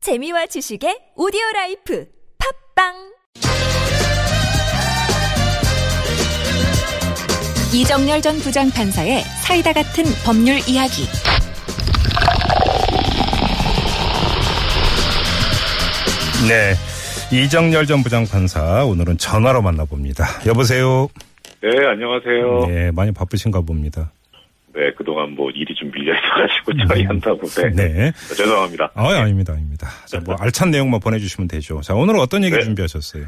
재미와 지식의 오디오 라이프 팝빵 이정열 전 부장판사의 사이다 같은 법률 이야기. 네. 이정열 전 부장판사 오늘은 전화로 만나봅니다. 여보세요. 네, 안녕하세요. 네, 네, 많이 바쁘신가 봅니다. 그동안 뭐 일이 좀 밀려 있어가지고 저희 한다고데 어, 네. 죄송합니다. 아, 아닙니다, 아닙니다. 자, 뭐 알찬 내용만 보내주시면 되죠. 자, 오늘 은 어떤 얘기 네. 준비하셨어요?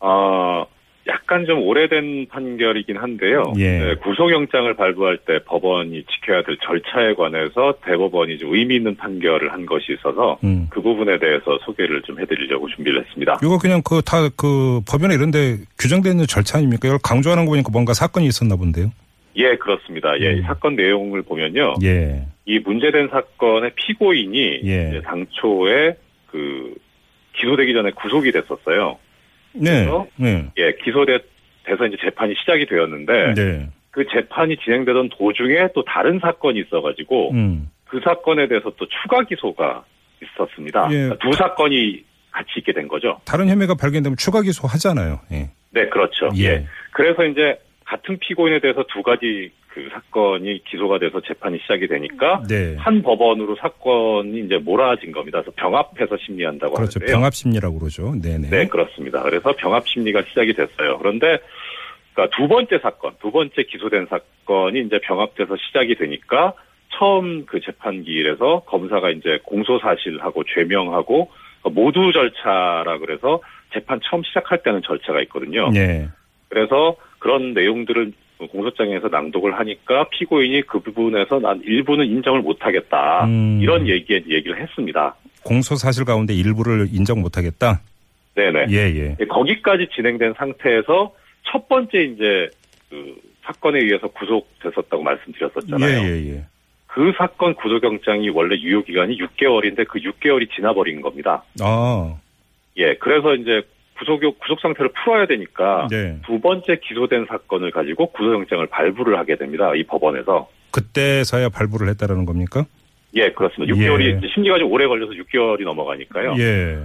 아, 약간 좀 오래된 판결이긴 한데요. 예. 네, 구속영장을 발부할 때 법원이 지켜야 될 절차에 관해서 대법원이 좀 의미 있는 판결을 한 것이 있어서 음. 그 부분에 대해서 소개를 좀 해드리려고 준비를 했습니다. 이거 그냥 그 다 그 법연에 이런데 규정되어 있는 절차 아닙니까? 이걸 강조하는 거 보니까 뭔가 사건이 있었나 본데요. 예, 그렇습니다. 예, 이 음. 사건 내용을 보면요. 예. 이 문제된 사건의 피고인이 예. 이제 당초에 그 기소되기 전에 구속이 됐었어요. 네. 그래서? 네. 예, 기소돼서 이제 재판이 시작이 되었는데 네. 그 재판이 진행되던 도중에 또 다른 사건이 있어가지고 음. 그 사건에 대해서 또 추가 기소가 있었습니다. 예. 그러니까 두 사건이 같이 있게 된 거죠. 다른 혐의가 발견되면 추가 기소 하잖아요. 예. 네, 그렇죠. 예. 그래서 이제 같은 피고인에 대해서 두 가지 그 사건이 기소가 돼서 재판이 시작이 되니까 네. 한 법원으로 사건이 이제 몰아진 겁니다. 그래서 병합해서 심리한다고 그렇죠. 하는데요. 병합 심리라고 그러죠. 네네. 네, 그렇습니다. 그래서 병합 심리가 시작이 됐어요. 그런데 그러니까 두 번째 사건, 두 번째 기소된 사건이 이제 병합돼서 시작이 되니까 처음 그 재판기일에서 검사가 이제 공소 사실하고 죄명하고 모두 절차라 그래서 재판 처음 시작할 때는 절차가 있거든요. 예. 그래서 그런 내용들을 공소장에서 낭독을 하니까 피고인이 그 부분에서 난 일부는 인정을 못하겠다 음. 이런 얘기에 얘기를 했습니다. 공소 사실 가운데 일부를 인정 못 하겠다. 네네. 예, 예. 예, 거기까지 진행된 상태에서 첫 번째 이제 그 사건에 의해서 구속됐었다고 말씀드렸었잖아요. 예, 예, 예. 그 사건 구속영장이 원래 유효 기간이 6개월인데 그 6개월이 지나버린 겁니다. 아, 예, 그래서 이제 구속 구속 상태를 풀어야 되니까 네. 두 번째 기소된 사건을 가지고 구속영장을 발부를 하게 됩니다. 이 법원에서. 그때서야 발부를 했다라는 겁니까? 예, 그렇습니다. 예. 6개월이 이제 심리가 좀 오래 걸려서 6개월이 넘어가니까요. 예.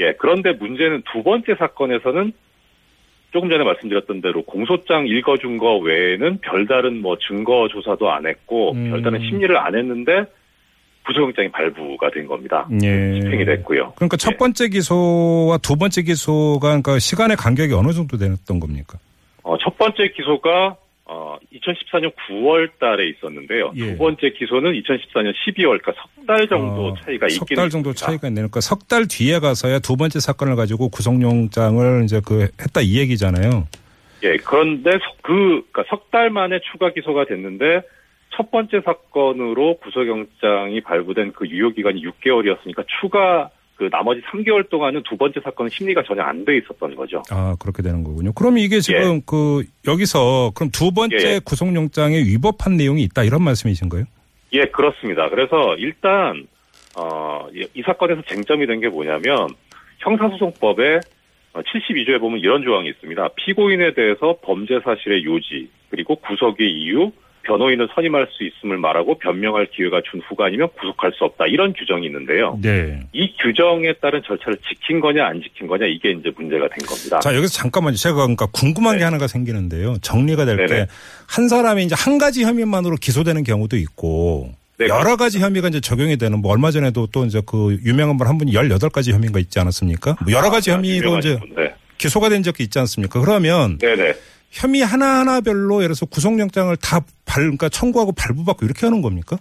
예, 그런데 문제는 두 번째 사건에서는 조금 전에 말씀드렸던 대로 공소장 읽어준 거 외에는 별다른 뭐 증거 조사도 안 했고 음. 별다른 심리를 안 했는데 구속영장이 발부가 된 겁니다. 예. 집행이 됐고요. 그러니까 첫 예. 번째 기소와 두 번째 기소가 그러니까 시간의 간격이 어느 정도 됐던 겁니까? 어, 첫 번째 기소가 어, 2014년 9월 달에 있었는데요. 예. 두 번째 기소는 2014년 12월, 그러니까 석 달 정도 아, 차이가 있긴 석달 정도 있습니다. 차이가 있네요. 그러니까 석 달 뒤에 가서야 두 번째 사건을 가지고 구속영장을 이제 그 했다 이 얘기잖아요. 예, 그런데 석- 그, 그러니까 석달 만에 추가 기소가 됐는데, 첫 번째 사건으로 구속영장이 발부된 그 유효기간이 6개월이었으니까, 추가, 그 나머지 3개월 동안은 두 번째 사건은 심리가 전혀 안 돼 있었던 거죠. 아, 그렇게 되는 거군요. 그럼 이게 지금 그 여기서 그럼 두 번째 예, 예. 구속영장에 위법한 내용이 있다 이런 말씀이신 거예요? 예, 그렇습니다. 그래서 일단, 어, 이- 이 사건에서 쟁점이 된 게 뭐냐면, 형사소송법에 72조에 보면 이런 조항이 있습니다. 피고인에 대해서 범죄 사실의 요지, 그리고 구속의 이유, 변호인을 선임할 수 있음을 말하고 변명할 기회가 준 후가 아니면 구속할 수 없다. 이런 규정이 있는데요. 네. 이 규정에 따른 절차를 지킨 거냐, 안 지킨 거냐, 이게 이제 문제가 된 겁니다. 자 여기서 잠깐만요. 제가 그러니까 궁금한 네. 게 하나가 생기는데요. 정리가 될 네네. 게 한 사람이 이제 한 가지 혐의만으로 기소되는 경우도 있고 네, 여러 가지 혐의가 이제 적용이 되는 뭐 얼마 전에도 또 이제 그 유명한 분 한 분이 18가지 혐의가 있지 않았습니까? 뭐 여러 가지 혐의로 아, 유명하신 이제 분. 네. 기소가 된 적이 있지 않습니까? 그러면 네네. 혐의 하나하나별로 예를 들어서 구속영장을 다 발, 그러니까 청구하고 발부받고 이렇게 하는 겁니까?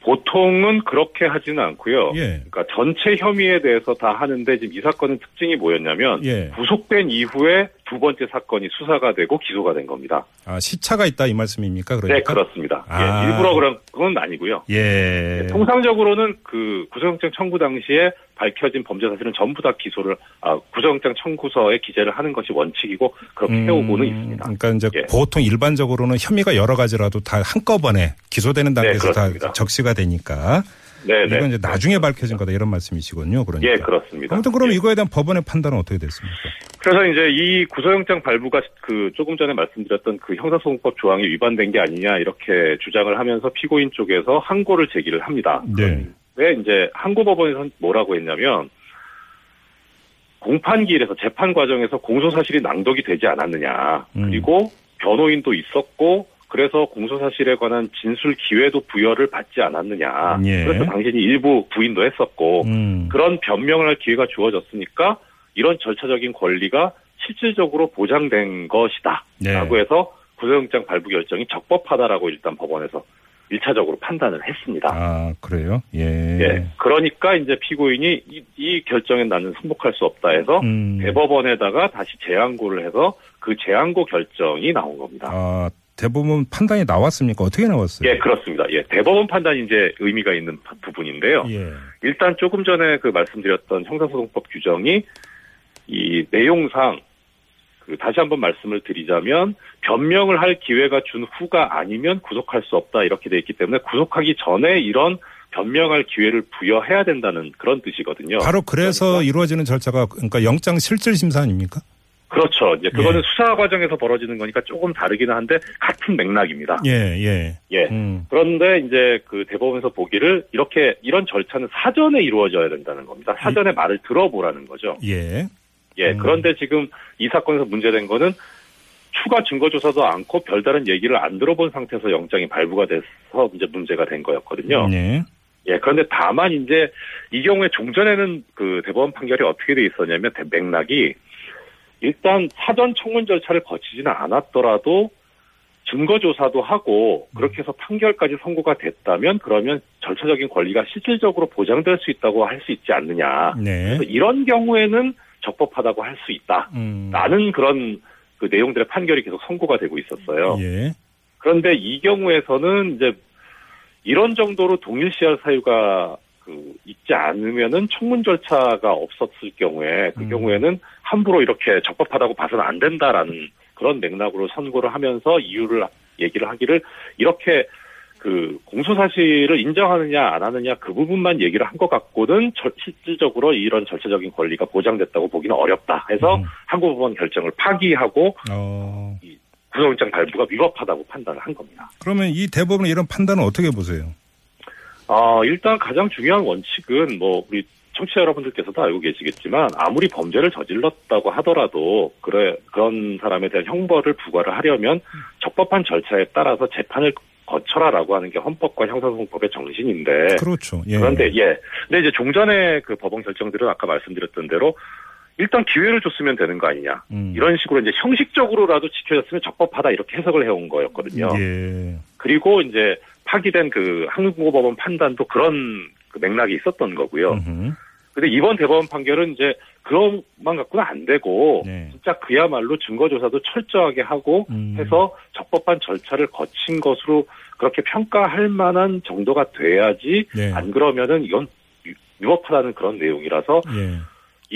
보통은 그렇게 하지는 않고요. 예. 그러니까 전체 혐의에 대해서 다 하는데 지금 이 사건은 특징이 뭐였냐면 예. 구속된 이후에 두 번째 사건이 수사가 되고 기소가 된 겁니다. 아, 시차가 있다 이 말씀입니까? 그러니까. 네, 그렇습니다. 아. 예, 일부러 그런 건 아니고요. 예. 통상적으로는 그 구속영장 청구 당시에 밝혀진 범죄 사실은 전부 다 기소를 아, 구속영장 청구서에 기재를 하는 것이 원칙이고 그렇게 해오고는 음, 있습니다. 그러니까 이제 예. 보통 일반적으로는 혐의가 여러 가지라도 다 한꺼번에 기소되는 단계에서 다 네, 그렇습니다. 적시가 되니까 네, 네. 이건 이제 나중에 밝혀진 거다 이런 말씀이시군요. 그러니까. 예, 그렇습니다. 아무튼 그럼 예. 이거에 대한 법원의 판단은 어떻게 됐습니까? 그래서 이제 이 구속영장 발부가 그 조금 전에 말씀드렸던 그 형사소송법 조항이 위반된 게 아니냐 이렇게 주장을 하면서 피고인 쪽에서 항고를 제기를 합니다. 네. 이제 항고법원에서 뭐라고 했냐면 공판기일에서 재판 과정에서 공소 사실이 낭독이 되지 않았느냐. 음. 그리고 변호인도 있었고 그래서 공소 사실에 관한 진술 기회도 부여를 받지 않았느냐. 예. 그래서 당신이 일부 부인도 했었고 음. 그런 변명을 할 기회가 주어졌으니까 이런 절차적인 권리가 실질적으로 보장된 것이다. 네. 라고 해서 구속영장 발부 결정이 적법하다라고 일단 법원에서 1차적으로 판단을 했습니다. 아 그래요? 예. 예. 그러니까 이제 피고인이 이, 이 결정에 나는 승복할 수 없다 해서 음. 대법원에다가 다시 재항고를 해서 그 재항고 결정이 나온 겁니다. 아 네. 대부분 판단이 나왔습니까? 어떻게 나왔어요? 예, 그렇습니다. 예, 대법원 판단이 이제 의미가 있는 파- 부분인데요. 예. 일단 조금 전에 그 말씀드렸던 형사소송법 규정이 이 내용상 그 다시 한번 말씀을 드리자면 변명을 할 기회가 준 후가 아니면 구속할 수 없다 이렇게 돼 있기 때문에 구속하기 전에 이런 변명할 기회를 부여해야 된다는 그런 뜻이거든요. 바로 그래서 그러니까 이루어지는 절차가 그러니까 영장 실질 심사 아닙니까? 그렇죠. 이제 예. 그거는 수사 과정에서 벌어지는 거니까 조금 다르기는 한데 같은 맥락입니다. 예, 예. 아. 예. 음. 그런데 이제 그 대법원에서 보기를 이렇게 이런 절차는 사전에 이루어져야 된다는 겁니다. 사전에 말을 들어보라는 거죠. 예. 예, 음. 그런데 지금 이 사건에서 문제된 거는 추가 증거 조사도 않고 별다른 얘기를 안 들어본 상태에서 영장이 발부가 돼서 이제 문제가 된 거였거든요. 예. 예, 그런데 다만 이제 이 경우에 종전에는 그 대법원 판결이 어떻게 돼 있었냐면 대- 맥락이 일단 사전 청문 절차를 거치지는 않았더라도 증거 조사도 하고 그렇게 해서 판결까지 선고가 됐다면 그러면 절차적인 권리가 실질적으로 보장될 수 있다고 할 수 있지 않느냐. 네. 아, 그래서 이런 경우에는 적법하다고 할 수 있다. 음. 라는 그런 그 내용들의 판결이 계속 선고가 되고 있었어요. 예. 그런데 이 경우에서는 이제 이런 정도로 동일시할 사유가 그 있지 않으면은 청문 절차가 없었을 경우에 그 음. 경우에는 함부로 이렇게 적법하다고 봐서는 안 된다라는 그런 맥락으로 선고를 하면서 이유를 얘기를 하기를 이렇게 그 공소 사실을 인정하느냐 안 하느냐 그 부분만 얘기를 한 것 같고는 절- 실질적으로 이런 절차적인 권리가 보장됐다고 보기는 어렵다 해서 음. 한국법원 결정을 파기하고 어. 구속영장 발부가 위법하다고 판단을 한 겁니다. 그러면 이 대법원의 이런 판단은 어떻게 보세요? 아, 일단 가장 중요한 원칙은 뭐 우리 청취자 여러분들께서도 알고 계시겠지만 아무리 범죄를 저질렀다고 하더라도 그래 그런 사람에 대한 형벌을 부과를 하려면 적법한 절차에 따라서 재판을 거쳐라라고 하는 게 헌법과 형사소송법의 정신인데 그렇죠. 예. 네. 그런데 예, 근데 이제 종전의 그 법원 결정들은 아까 말씀드렸던 대로 일단 기회를 줬으면 되는 거 아니냐 음. 이런 식으로 이제 형식적으로라도 지켜졌으면 적법하다 이렇게 해석을 해온 거였거든요. 예. 그리고 이제 파기된 그 한국법원 판단도 그런 그 맥락이 있었던 거고요. 음흠. 근데 이번 대법원 판결은 이제 그것만 갖고는 안 되고 네. 진짜 그야말로 증거 조사도 철저하게 하고 음. 해서 적법한 절차를 거친 것으로 그렇게 평가할 만한 정도가 돼야지 네. 안 그러면은 이건 유- 위법하다는 그런 내용이라서 예.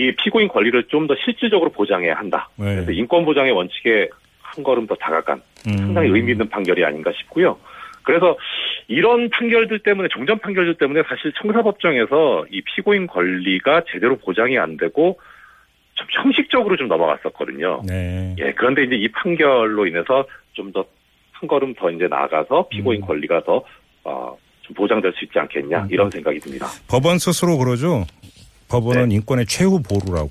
이 피고인 권리를 좀 더 실질적으로 보장해야 한다. 네. 그래서 인권 보장의 원칙에 한 걸음 더 다가간 음. 상당히 의미 있는 판결이 아닌가 싶고요. 그래서 이런 판결들 때문에 종전 판결들 때문에 사실 청사법정에서 이 피고인 권리가 제대로 보장이 안 되고 좀 형식적으로 좀 넘어갔었거든요. 네. 예, 그런데 이제 이 판결로 인해서 좀 더 한 걸음 더 이제 나아가서 피고인 음. 권리가 더 어, 좀 보장될 수 있지 않겠냐 이런 생각이 듭니다. 법원 스스로 그러죠. 네. 법원은 인권의 최후 보루라고.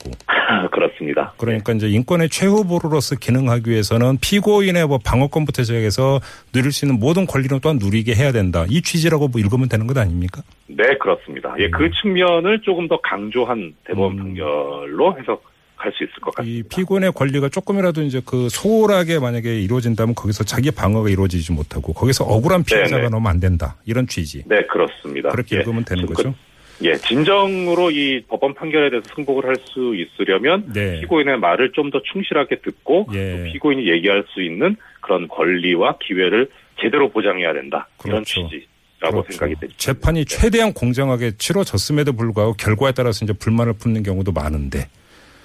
그렇습니다. 그러니까 이제 인권의 최후 보루로서 기능하기 위해서는 피고인의 뭐 방어권부터 시작해서 누릴 수 있는 모든 권리를 또한 누리게 해야 된다. 이 취지라고 뭐 읽으면 되는 것 아닙니까? 네, 그렇습니다. 예, 그 측면을 조금 더 강조한 대법원 음. 판결로 해석할 수 있을 것 이 같습니다. 피고인의 권리가 조금이라도 이제 그 소홀하게 만약에 이루어진다면 거기서 자기 방어가 이루어지지 못하고 거기서 억울한 피해자가 네네. 넘으면 안 된다. 이런 취지. 네, 그렇습니다. 그렇게 예. 읽으면 되는 그- 거죠. 예, 진정으로 이 법원 판결에 대해서 승복을 할 수 있으려면 네. 피고인의 말을 좀 더 충실하게 듣고 예. 또 피고인이 얘기할 수 있는 그런 권리와 기회를 제대로 보장해야 된다. 그렇죠. 이런 취지라고 생각이 네. 듭니다. 재판이 최대한 공정하게 치러졌음에도 불구하고 결과에 따라서 이제 불만을 품는 경우도 많은데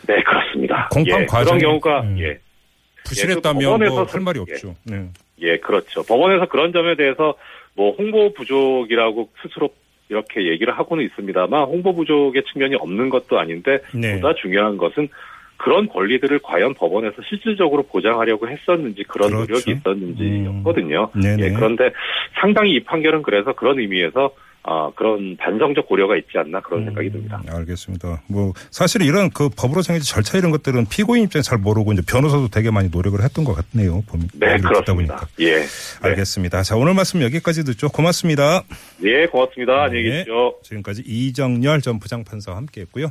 네, 그렇습니다. 공판 예, 과정이- 그런 경우가 음. 예, 부실했다면 예, 그 뭐 법원에서 할 말이 예. 없죠. 네. 예, 그렇죠. 법원에서 그런 점에 대해서 뭐 홍보 부족이라고 스스로 이렇게 얘기를 하고는 있습니다만 홍보 부족의 측면이 없는 것도 아닌데 네. 보다 중요한 것은 그런 권리들을 과연 법원에서 실질적으로 보장하려고 했었는지 그런 그렇죠. 노력이 있었는지였거든요. 음. 네네. 예, 그런데 상당히 이 판결은 그래서 그런 의미에서 아, 그런 반성적 고려가 있지 않나 음. 그런 생각이 듭니다. 알겠습니다. 뭐 사실 이런 그 법으로 정해진 절차 이런 것들은 피고인 입장에 잘 모르고 이제 변호사도 되게 많이 노력을 했던 것 같네요. 보면 네, 듣다 그렇습니다. 보니까. 예. 네. 알겠습니다. 자 오늘 말씀 여기까지 듣죠. 고맙습니다. 예, 고맙습니다. 안녕히 네. 계십시오. 지금까지 이정열 전 부장판사와 함께했고요.